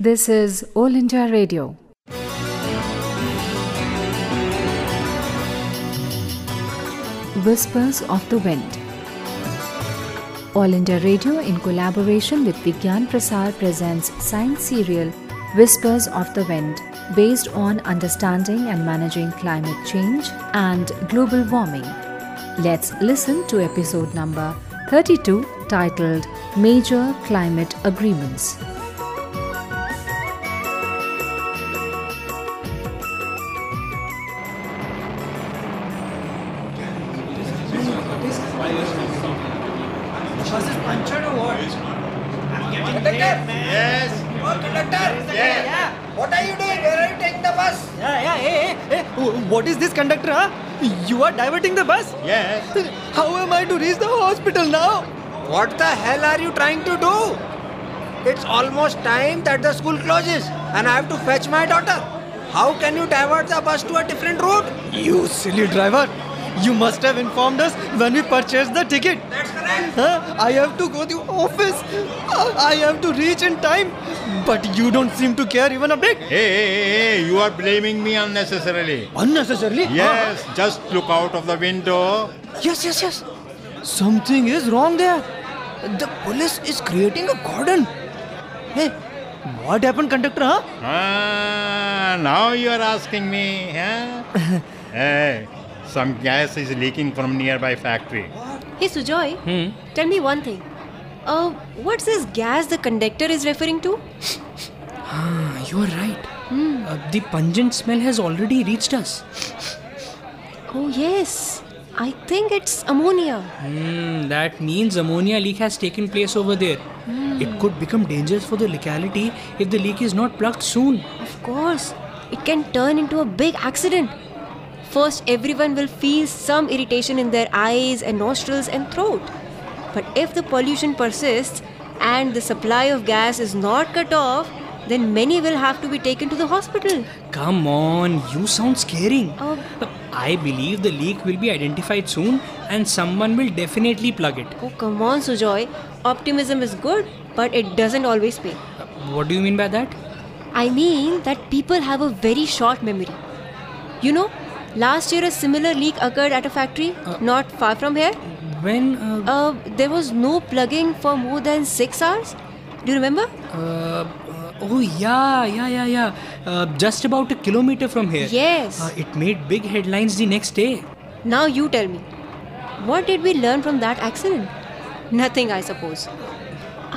This is All India Radio. Whispers of the Wind. All India Radio, in collaboration with Vigyan Prasar, presents science serial Whispers of the Wind, based on understanding and managing climate change and global warming. Let's listen to episode number 32, titled Major Climate Agreements. Bus is punctured or what? I'm getting Conductor? Yes. Oh, conductor! Yeah. What are you doing? Where are you taking the bus? Yeah, yeah, hey, hey, hey. wh- What is this conductor? Huh? You are diverting the bus. Yes. How am I to reach the hospital now? What the hell are you trying to do? It's almost time that the school closes and I have to fetch my daughter. How can you divert the bus to a different route? You silly driver! You must have informed us when we purchased the ticket. That's correct. Huh? I have to go to office. I- I have to reach in time. But you don't seem to care even a bit. Hey, hey, hey, hey, you are blaming me unnecessarily. Unnecessarily? Yes, just look out of the window. Huh? Yes, yes, yes. Something is wrong there. The police is creating a cordon. Hey, what happened, conductor? Huh? Ah, now you are asking me, huh? hey, some gas is leaking from nearby factory. Hey Sujoy, tell me one thing. Uh, what's this gas the conductor is referring to? You are right. Uh, the pungent smell has already reached us. Oh yes, I think it's ammonia. Hmm, that means ammonia leak has taken place over there. It could become dangerous for the locality if the leak is not plugged soon. Of course, it can turn into a big accident. First, everyone will feel some irritation in their eyes and nostrils and throat. But if the pollution persists and the supply of gas is not cut off, then many will have to be taken to the hospital. Come on, you sound scaring. Uh, Um. I believe the leak will be identified soon and someone will definitely plug it. Oh, come on, Sujoy. Optimism is good, but it doesn't always pay. Uh, What do you mean by that? I mean that people have a very short memory. You know, last year a similar leak occurred at a factory Uh. not far from here. When. Uh, Uh, there was no plugging for more than six hours. Do you remember? uh, uh, oh, yeah, yeah, yeah, yeah. Uh, just about a kilometer from here. Yes. Uh, it made big headlines the next day. Now you tell me. What did we learn from that accident? Nothing, I suppose.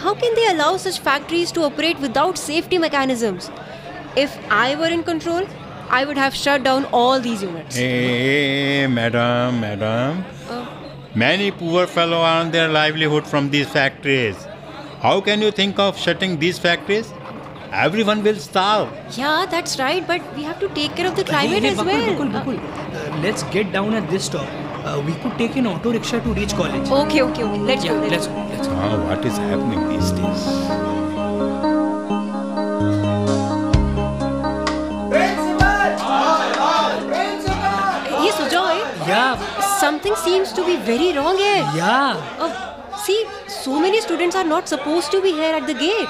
How can they allow such factories to operate without safety mechanisms? If I were in control, I would have shut down all these units. Hey, hey, hey, madam, madam. Many poor fellow earn their livelihood from these factories. How can you think of shutting these factories? Everyone will starve. Yeah, that's right, but we have to take care of the Hey, climate hey, as Bakul, well. Bakul, Bakul. Uh, let's get down at this stop. Uh, we could take an auto rickshaw to reach college. Uh, okay, okay, okay. Let's yeah, go. let's go. Let's go. Ah, what is happening these days? Principal! Principal! Hey, Sujoy, Yeah, something seems to be very wrong here. yeah. Oh, see, so many students are not supposed to be here at the gate.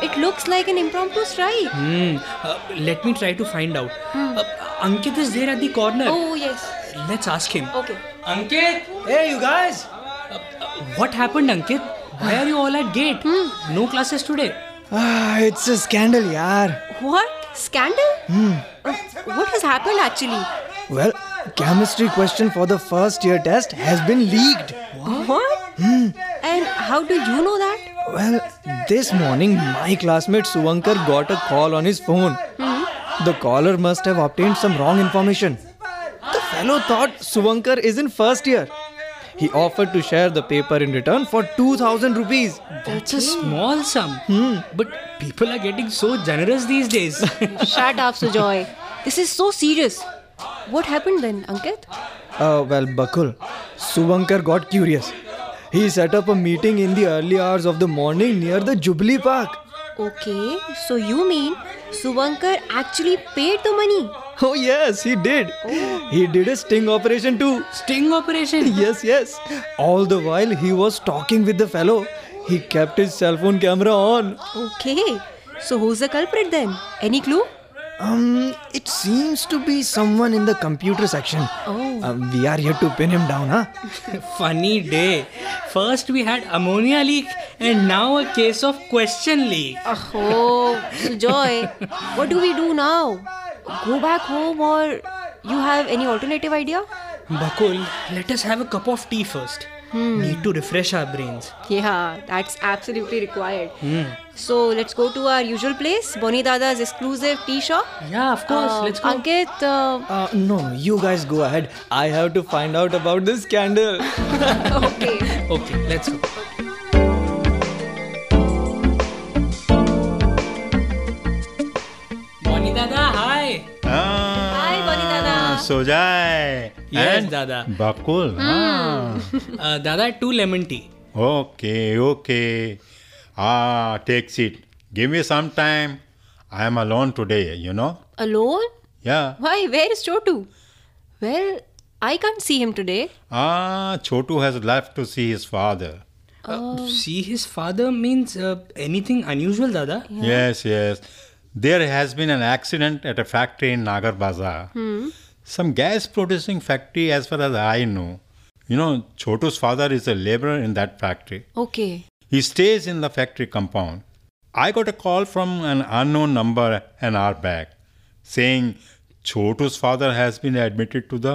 It looks like an impromptu strike. Hmm. Uh, let me try to find out. Uh, Ankit is there at the corner. Oh, yes. Let's ask him. Okay. Ankit, hey, you guys. Uh, uh, what happened, Ankit? Why are you all at gate? No classes today. Ah, it's a scandal, yaar. What? Scandal? Hmm. Uh, what has happened actually? Well, chemistry question for the first year test has been leaked. What? Hmm. And how do you know that? Well, this morning my classmate Suvankar got a call on his phone. The caller must have obtained some wrong information. The fellow thought Suvankar is in first year. He offered to share the paper in return for 2000 rupees. That's a small sum. But people are getting so generous these days. Shut up, Sujoy. This is so serious. What happened then, Ankit? Uh, well, Bakul, Suvankar got curious. He set up a meeting in the early hours of the morning near the Jubilee Park. Okay, so you mean Suvankar actually paid the money? Oh, yes, he did. He did a sting operation too. Sting operation. Yes, yes. All the while he was talking with the fellow, he kept his cell phone camera on. Okay, So who's the culprit then? Any clue? Um, it seems to be someone in the computer section. Oh. Um, we are here to pin him down, huh? Funny day. First we had ammonia leak and now a case of question leak. Oh, Sujoy, what do we do now? Go back home or you have any alternative idea? Bakul, let us have a cup of tea first. Need to refresh our brains. Yeah, that's absolutely required. Hmm. So let's go to our usual place, Bonnie Dada's exclusive tea shop. Yeah, of course. Uh, Let's go. Ankit, uh, Uh, Um, no, you guys go ahead. I have to find out about this scandal. okay. Okay, let's go. Bonnie Dada, hi. Ah, Hi, Bonnie Dada. Sojai. Yes, and Dada. Bakul. Hmm. Ah. Uh, Dada, two lemon tea. Okay, okay. Ah, take seat. Give me some time. I am alone today, you know? Alone? Yeah. Why? Where is Chotu? Well, I can't see him today. Ah, Chotu has left to see his father. Uh, see his father means uh, anything unusual, Dada? Yes, yes. There has been an accident at a factory in Nagar Bazaar. Hmm. Some gas producing factory, as far as I know. You know, Chotu's father is a laborer in that factory. Okay. He stays in the factory compound. I got a call from an unknown number an hour back saying Chotu's father has been admitted to the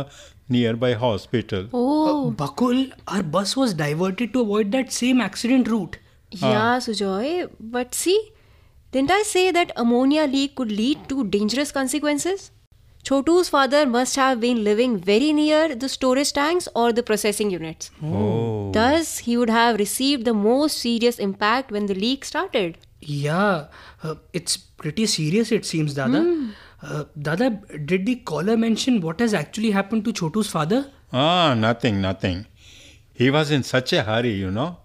nearby hospital. Oh, Uh, Bakul, our bus was diverted to avoid that same accident route. yeah, Sujoy. But see, didn't I say that ammonia leak could lead to dangerous consequences? Chotu's father must have been living very near the storage tanks or the processing units. Oh. Thus, he would have received the most serious impact when the leak started. Yeah, uh, it's pretty serious, it seems, Dada. Hmm. Uh, Dada, did the caller mention what has actually happened to Chotu's father? Ah, nothing, nothing. He was in such a hurry, you know.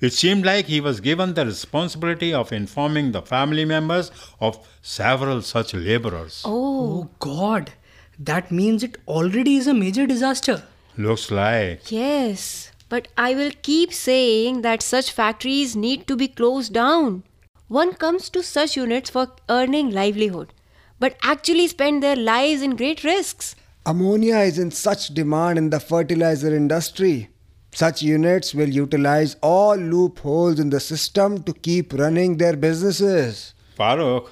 It seemed like he was given the responsibility of informing the family members of several such laborers. Oh, God. That means it already is a major disaster. Looks like. Yes, but I will keep saying that such factories need to be closed down. One comes to such units for earning livelihood, but actually spend their lives in great risks. Ammonia is in such demand in the fertilizer industry. Such units will utilize all loopholes in the system to keep running their businesses. Farooq,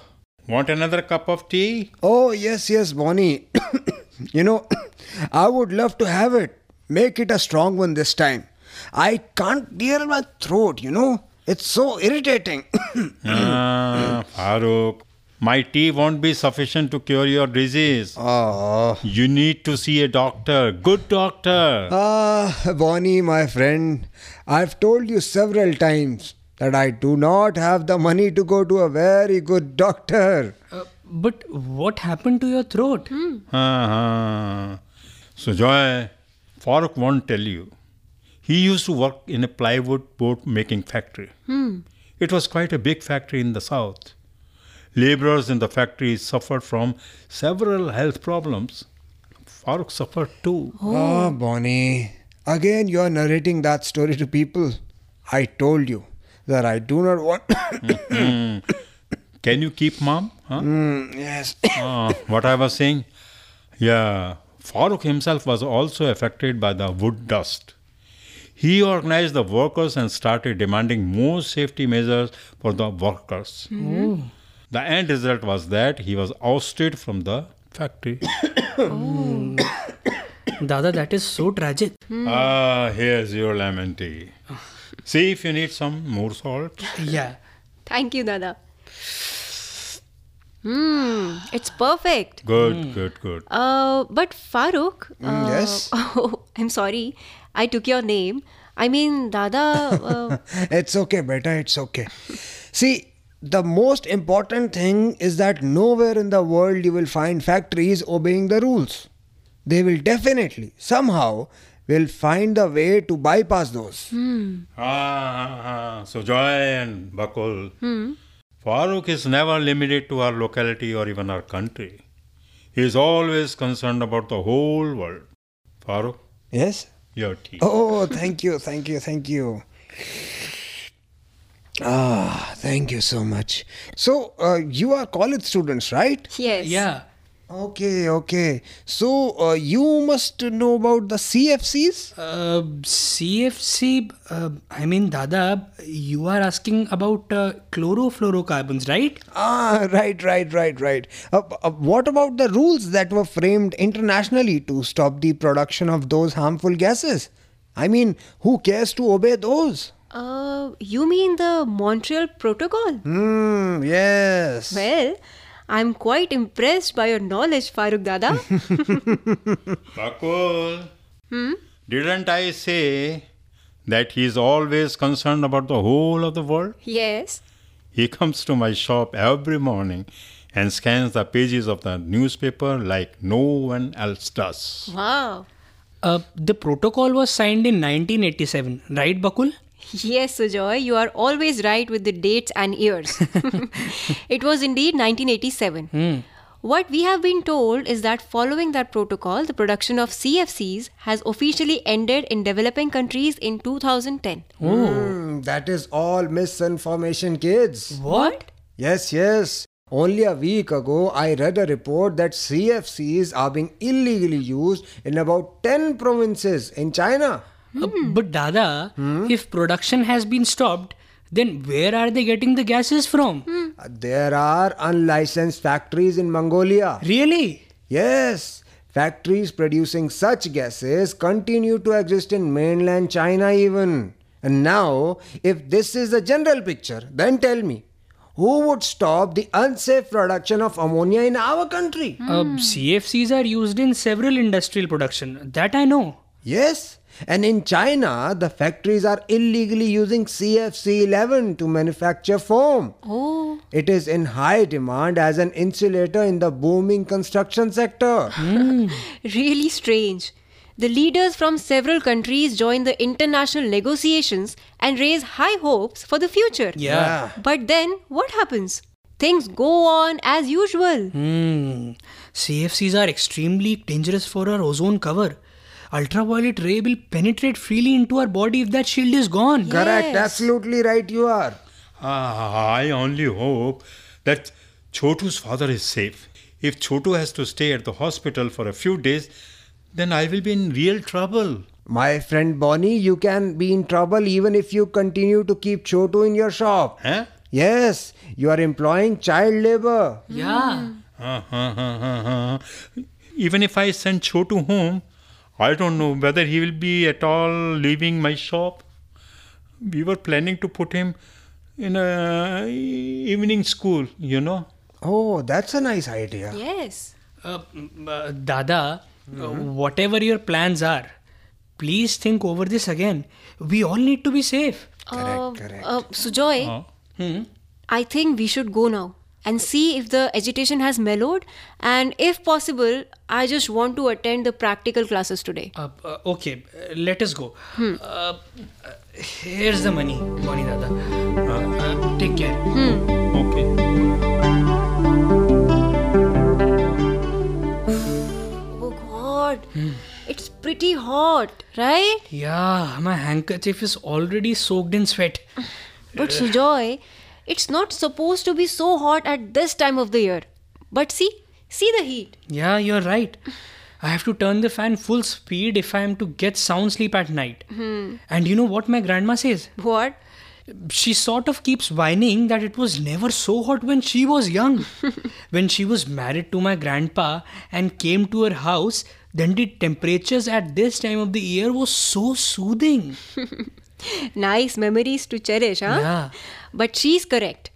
want another cup of tea? Oh, yes, yes, Bonnie. you know, I would love to have it. Make it a strong one this time. I can't clear my throat, you know. It's so irritating. ah, Farooq, my tea won't be sufficient to cure your disease. oh. You need to see a doctor, good doctor. Ah, Bonnie, my friend, I've told you several times that I do not have the money to go to a very good doctor. Uh, but what happened to your throat? Uh-huh. So Joy, Farooq won't tell you. He used to work in a plywood boat making factory. It was quite a big factory in the south. Laborers in the factory suffered from several health problems. Farooq suffered too. Oh, Bonnie, again you're narrating that story to people. I told you that I do not want. Can you keep mom? Huh? yes. Ah, what I was saying, yeah, Farooq himself was also affected by the wood dust. He organized the workers and started demanding more safety measures for the workers. The end result was that he was ousted from the factory. Hmm. Dada, that is so tragic. Ah, here's your lemon tea. See if you need some more salt. Yeah. Thank you, Dada. Hmm, it's perfect. Good, good, good. Uh, but Farooq. Mm, uh, yes? Oh, I'm sorry. I took your name. I mean, Dada. Uh, it's okay, beta, it's okay. See, the most important thing is that nowhere in Oh. the world you will find factories obeying the rules. They will definitely, somehow, will find a way to bypass those. Ah, ah, ah. so Joy and Bakul. Farooq is never limited to our locality or even our country. He is always concerned about the whole world. Farooq, Yes? Oh. your tea. Oh, thank you, thank you, thank you. Ah, thank you so much. So, uh, you are college students, right? Yes. Yeah. Okay, okay. So, uh, you must know about the CFCs? Uh, CFC, uh, I mean, Dada, you are asking about uh, chlorofluorocarbons, right? Ah, right, right, right, right. Uh, uh, what about the rules that were framed internationally to stop the production of those harmful gases? I mean, who cares to obey those? Uh, you mean the Montreal Protocol? Hmm, yes. Well, I'm quite impressed by your knowledge, Farooq Dada. Pakul. Didn't I say that he is always concerned about the whole of the world? yes. He comes to my shop every morning and scans the pages of the newspaper like no one else does. Wow. Uh, the protocol was signed in 1987, right, Bakul? Yes, Sujoy, you are always right with the dates and years. it was indeed 1987. Hmm. What we have been told is that following that protocol, the production of CFCs has officially ended in developing countries in 2010. Hmm, that is all misinformation, kids. What? Yes, yes. Only a week ago, I read a report that CFCs are being illegally used in about 10 provinces in China. Uh, but Dada, if production has been stopped, then where are they getting the gases from? Hmm. There are unlicensed factories in Mongolia. Really? Yes, factories producing such gases continue to exist in mainland China, even. And now, if this is the general picture, then tell me who would stop the unsafe production of ammonia in our country? Uh, CFCs are used in several industrial production. That I know. Yes, and in China, the factories are illegally using CFC 11 to manufacture foam. Oh. It is in high demand as an insulator in the booming construction sector. Really strange. The leaders from several countries join the international negotiations and raise high hopes for the future. Yeah. But then what happens? Things go on as usual. Hmm. CFCs are extremely dangerous for our ozone cover. Ultraviolet ray will penetrate freely into our body if that shield is gone. Correct, Yes. absolutely right, you are. Ah, I only hope that Chotu's father is safe. If Chotu has to stay at the hospital for a few days, then I will be in real trouble. My friend Bonnie, you can be in trouble even if you continue to keep Chotu in your shop. Huh? Yes, you are employing child labor. Yeah. Even if I send Chotu home, I don't know whether he will be at all leaving my shop. We were planning to put him in a evening school, you know. Oh, that's a nice idea. Yes. Uh, m- uh, Dada, uh, whatever your plans are, please think over this again. We all need to be safe. Correct, correct. Uh, Sujoy, Huh? I think we should go now and see if the agitation has mellowed. And if possible, I just want to attend the practical classes today. Uh, uh, okay, uh, let us go. Uh, uh, here's the money, money, Dada. Uh, uh, take care. Okay. Oh God, it's pretty hot, right? Yeah, my handkerchief is already soaked in sweat. But Sujoy, it's not supposed to be so hot at this time of the year. But see, see the heat. Yeah, you're right. I have to turn the fan full speed if I am to get sound sleep at night. And you know what my grandma says? What? She sort of keeps whining that it was never so hot when she was young. when she was married to my grandpa and came to her house, then the temperatures at this time of the year was so soothing. Nice memories to cherish, huh? Yeah. But she's correct.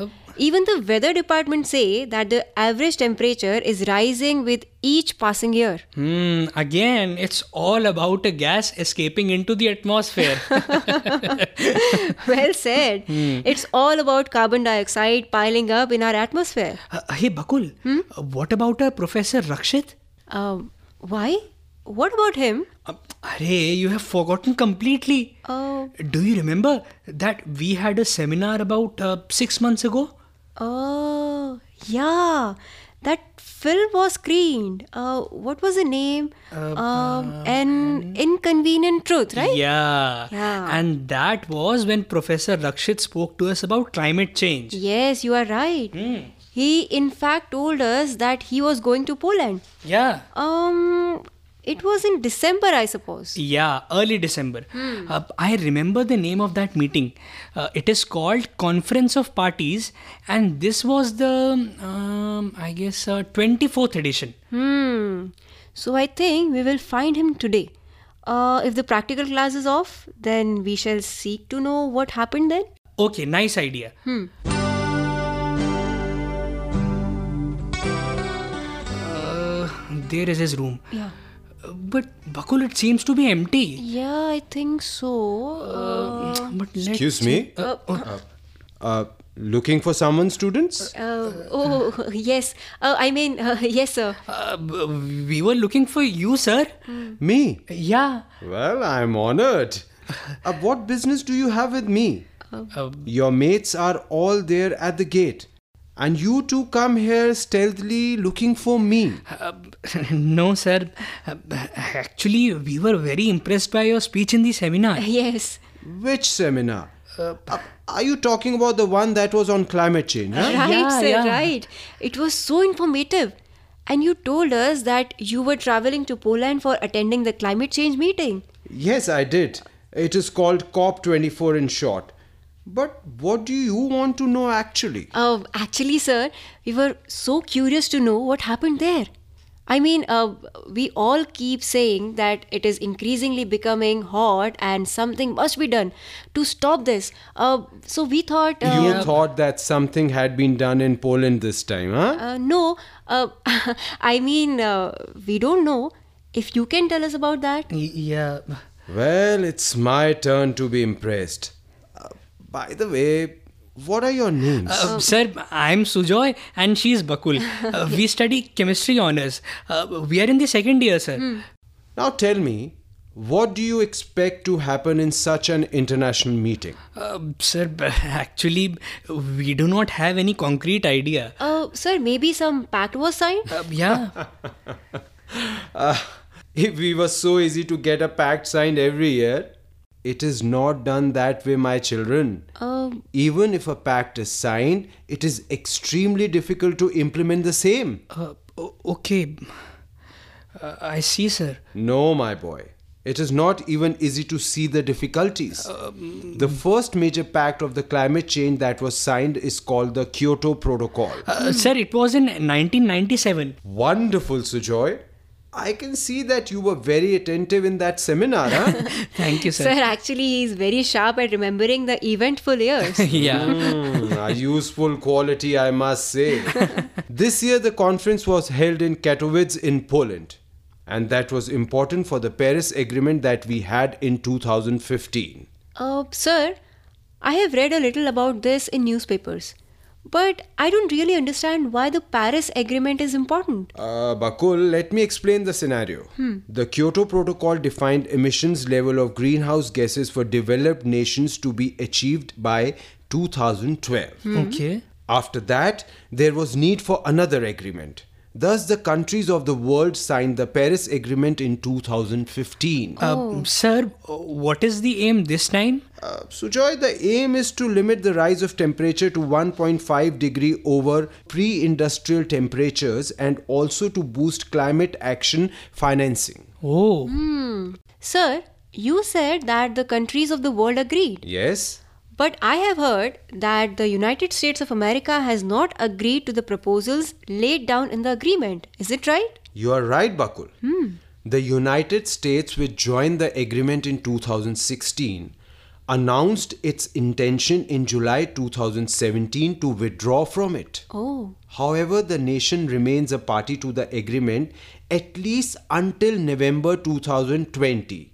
Oh. Even the weather department say that the average temperature is rising with each passing year. Hmm, again, it's all about a gas escaping into the atmosphere. Uh, well said. It's all about carbon dioxide piling up in our atmosphere. Uh, hey, Bakul, uh, what about our professor Rakshit? Um, why? What about him? Uh, Arey, you have forgotten completely. Oh, Do you remember that we had a seminar about uh, six months ago? oh, yeah. That film was screened. Uh, what was the name? um, an inconvenient truth, right? Yeah. Yeah. And that was when Professor Rakshit spoke to us about climate change. Yes, you are right. He, in fact, told us that he was going to Poland. Yeah. Um, it was in December, I suppose. Yeah, early December. Hmm. Uh, I remember the name of that meeting. Uh, it is called Conference of Parties, and this was the, um, I guess, uh, 24th edition. Hmm. So I think we will find him today. Uh, if the practical class is off, then we shall seek to know what happened then. Okay, nice idea. Hmm. Uh, there is his room. Yeah. Uh, But Bakul, it seems to be empty. Yeah, I think so. Uh, But let- Excuse me. Uh, looking for someone, students? uh, oh, yes. Uh, I mean, uh, yes, sir. uh, b- we were looking for you, sir. Me? Yeah. Well, I'm honored. Uh, what business do you have with me? Uh, Your mates are all there at the gate. And you two come here stealthily looking for me. Uh, no, sir. Uh, actually, we were very impressed by your speech in the seminar. Yes. Which seminar? Uh, are you talking about the one that was on climate change? huh? Right, Yeah, sir, yeah. right. It was so informative. And you told us that you were traveling to Poland for attending the climate change meeting. Yes, I did. It is called COP24 in short. But what do you want to know actually? Uh, actually, sir, we were so curious to know what happened there. I mean, uh, we all keep saying that it is increasingly becoming hot and something must be done to stop this. Uh, so we thought. Uh, You thought that something had been done in Poland this time, huh? Uh, no, uh, I mean, uh, we don't know. If you can tell us about that. Y- Yeah. Well, it's my turn to be impressed. Uh, by the way, what are your names? Uh, sir, I'm Sujoy and she's Bakul. Uh, we study chemistry honors. Uh, we are in the second year, sir. now tell me, what do you expect to happen in such an international meeting? Uh, sir, b- actually, we do not have any concrete idea. Uh, sir, maybe some pact was signed? Uh, yeah. Uh, if we were so easy to get a pact signed every year, it is not done that way, my children. Um, Even if a pact is signed, it is extremely difficult to implement the same. Uh, o- okay. Uh, I see, sir. No, my boy. It is not even easy to see the difficulties. the first major pact of the climate change that was signed is called the Kyoto Protocol. Uh, sir, it was in 1997. Wonderful, Sujoy. I can see that you were very attentive in that seminar, huh? Thank you, sir, sir. actually, he is very sharp at remembering the eventful years. yeah. Hmm, a useful quality, I must say. this year, the conference was held in Katowice in Poland, and that was important for the Paris Agreement that we had in 2015. Uh, sir, I have read a little about this in newspapers. But I don't really understand why the Paris Agreement is important. Uh, Bakul, let me explain the scenario. The Kyoto Protocol defined emissions level of greenhouse gases for developed nations to be achieved by 2012. Okay. After that, there was need for another agreement. Thus, the countries of the world signed the Paris Agreement in 2015. Uh, Sir, what is the aim this time? Uh, Sujoy, the aim is to limit the rise of temperature to 1.5 degree over pre-industrial temperatures and also to boost climate action financing. Oh, Sir, you said that the countries of the world agreed. Yes. But I have heard that the United States of America has not agreed to the proposals laid down in the agreement. Is it right? You are right, Bakul. The United States, which joined the agreement in 2016, announced its intention in July 2017 to withdraw from it. Oh. However, the nation remains a party to the agreement at least until November 2020,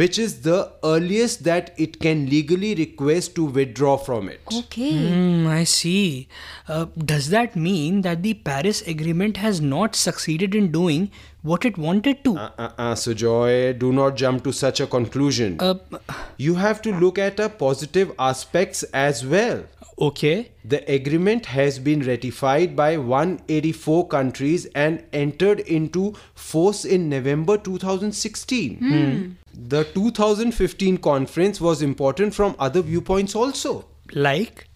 which is the earliest that it can legally request to withdraw from it. Okay. Hmm, I see. Uh, does that mean that the Paris Agreement has not succeeded in doing what it wanted to? Uh, uh, uh, Sujoy, do not jump to such a conclusion. Uh, you have to look at the positive aspects as well. Okay. The agreement has been ratified by 184 countries and entered into force in November 2016. The 2015 conference was important from other viewpoints also. Like?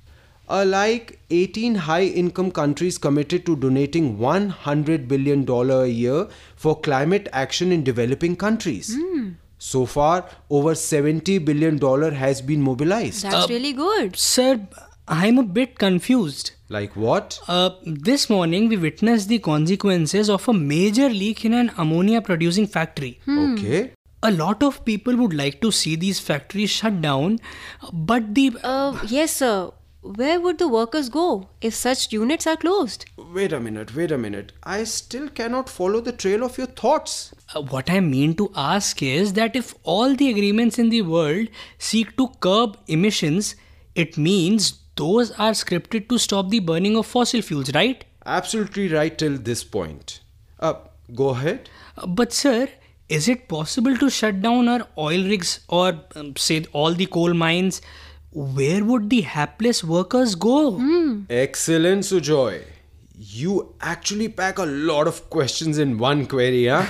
Uh, like 18 high income countries committed to donating $100 billion a year for climate action in developing countries. So far, over $70 billion has been mobilized. That's really good. Sir, I'm a bit confused. Like what? Uh, this morning we witnessed the consequences of a major leak in an ammonia producing factory. Okay. A lot of people would like to see these factories shut down, but the. Uh, yes, sir. Where would the workers go if such units are closed? Wait a minute, wait a minute. I still cannot follow the trail of your thoughts. Uh, what I mean to ask is that if all the agreements in the world seek to curb emissions, it means those are scripted to stop the burning of fossil fuels, right? Absolutely right till this point. Uh, go ahead. Uh, But, sir, is it possible to shut down our oil rigs or, um, say, all the coal mines? Where would the hapless workers go? Hmm? Excellent, Sujoy. You actually pack a lot of questions in one query, huh?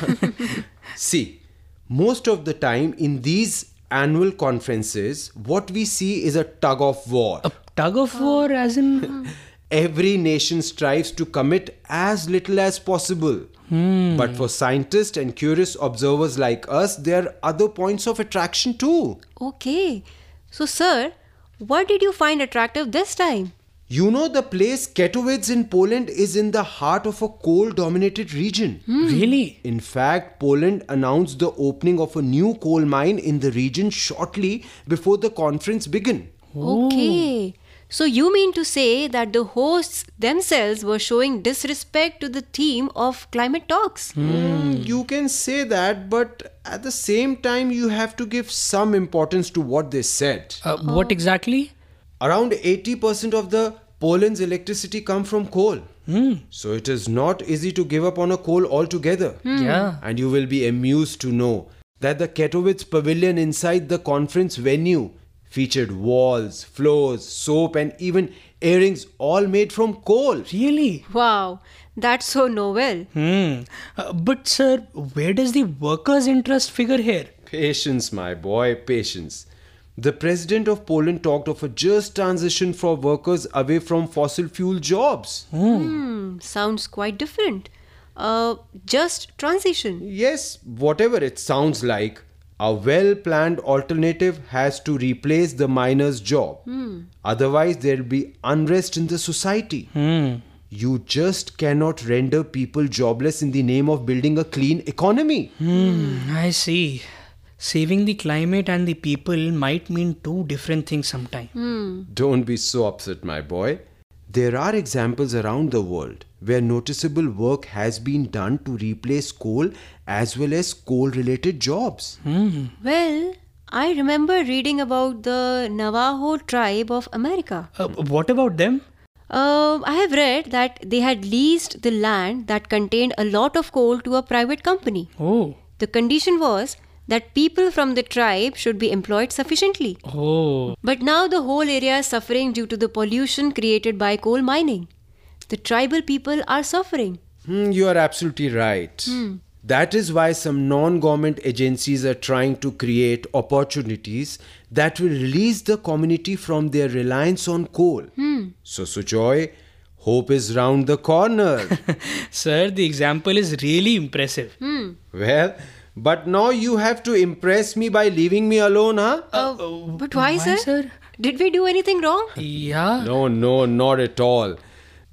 see, most of the time in these annual conferences, what we see is a tug of war. A tug of war, as in. Every nation strives to commit as little as possible. But for scientists and curious observers like us, there are other points of attraction too. Okay. So, sir, what did you find attractive this time? You know, the place Katowice in Poland is in the heart of a coal dominated region. Really? In fact, Poland announced the opening of a new coal mine in the region shortly before the conference began. Okay. So, you mean to say that the hosts themselves were showing disrespect to the theme of climate talks? Hmm. You can say that, but at the same time, you have to give some importance to what they said. Uh, What exactly? Around 80% of the Poland's electricity come from coal. So it is not easy to give up on a coal altogether. Yeah. And you will be amused to know that the Katowice pavilion inside the conference venue featured walls, floors, soap, and even earrings all made from coal. Really? Wow. That's so novel. Hmm. Uh, but, sir, where does the workers' interest figure here? Patience, my boy, patience. The president of Poland talked of a just transition for workers away from fossil fuel jobs. Hmm, sounds quite different. Uh, just transition. Yes, whatever it sounds like, a well planned alternative has to replace the miner's job. Otherwise, there'll be unrest in the society. You just cannot render people jobless in the name of building a clean economy. Hmm, I see. Saving the climate and the people might mean two different things sometimes. Don't be so upset, my boy. There are examples around the world where noticeable work has been done to replace coal as well as coal related jobs. Well, I remember reading about the Navajo tribe of America. Uh, what about them? Um, I have read that they had leased the land that contained a lot of coal to a private company. Oh. The condition was that people from the tribe should be employed sufficiently. Oh. But now the whole area is suffering due to the pollution created by coal mining. The tribal people are suffering. Hmm, you are absolutely right. That is why some non government agencies are trying to create opportunities that will release the community from their reliance on coal. So, Sujoy, hope is round the corner. Sir, the example is really impressive. well, but now you have to impress me by leaving me alone, huh? Uh, but why, why, sir? Did we do anything wrong? Yeah. No, no, not at all.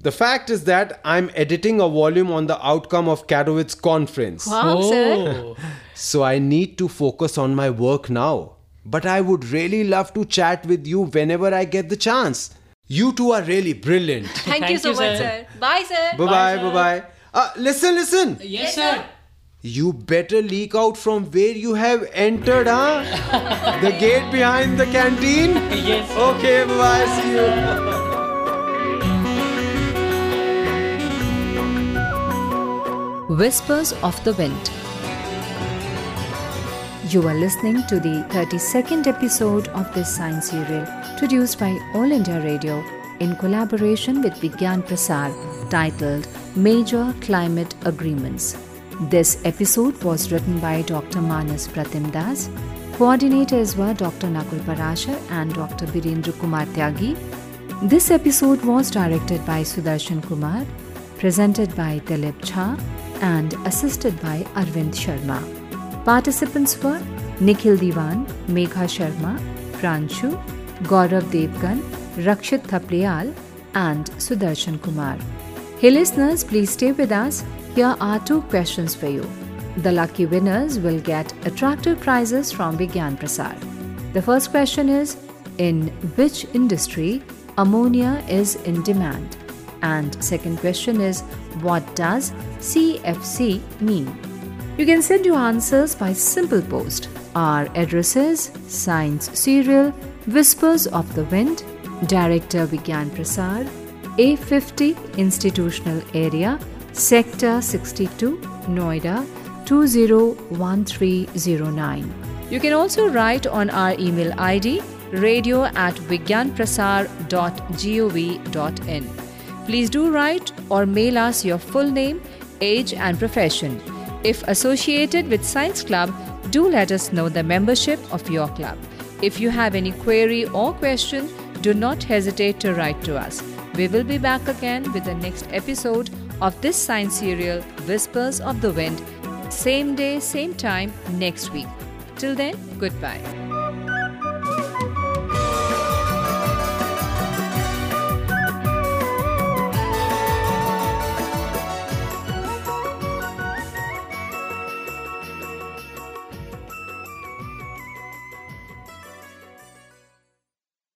The fact is that I'm editing a volume on the outcome of Katowice conference. Wow, sir. Oh. So I need to focus on my work now. But I would really love to chat with you whenever I get the chance. You two are really brilliant. Thank, you so much, sir. Bye, sir. bye bye, bye bye. Uh, listen, listen. Yes, sir. You better leak out from where you have entered, huh? the gate behind the canteen? Yes. Okay, bye bye. See you. Whispers of the Wind. You are listening to the 32nd episode of this science serial produced by All India Radio in collaboration with Vigyan Prasad titled Major Climate Agreements. This episode was written by Dr. Manas Pratim Das. Coordinators were Dr. Nakul Parashar and Dr. Birendra Kumar Tyagi. This episode was directed by Sudarshan Kumar, presented by Dilip Jha, and assisted by Arvind Sharma. Participants were Nikhil Diwan, Megha Sharma, Pranshu, Gaurav Devgan, Rakshit Thapliyal, and Sudarshan Kumar. Hey listeners, please stay with us. Here are two questions for you. The lucky winners will get attractive prizes from Vigyan Prasad. The first question is In which industry ammonia is in demand? And second question is What does CFC mean? You can send your answers by simple post. Our addresses: Science Serial, Whispers of the Wind, Director Vigyan Prasad, A50 Institutional Area, Sector 62, Noida 201309. You can also write on our email ID radio at vigyanprasar.gov.in. Please do write or mail us your full name, age, and profession. If associated with Science Club, do let us know the membership of your club. If you have any query or question, do not hesitate to write to us. We will be back again with the next episode of this science serial, Whispers of the Wind, same day, same time next week. Till then, goodbye.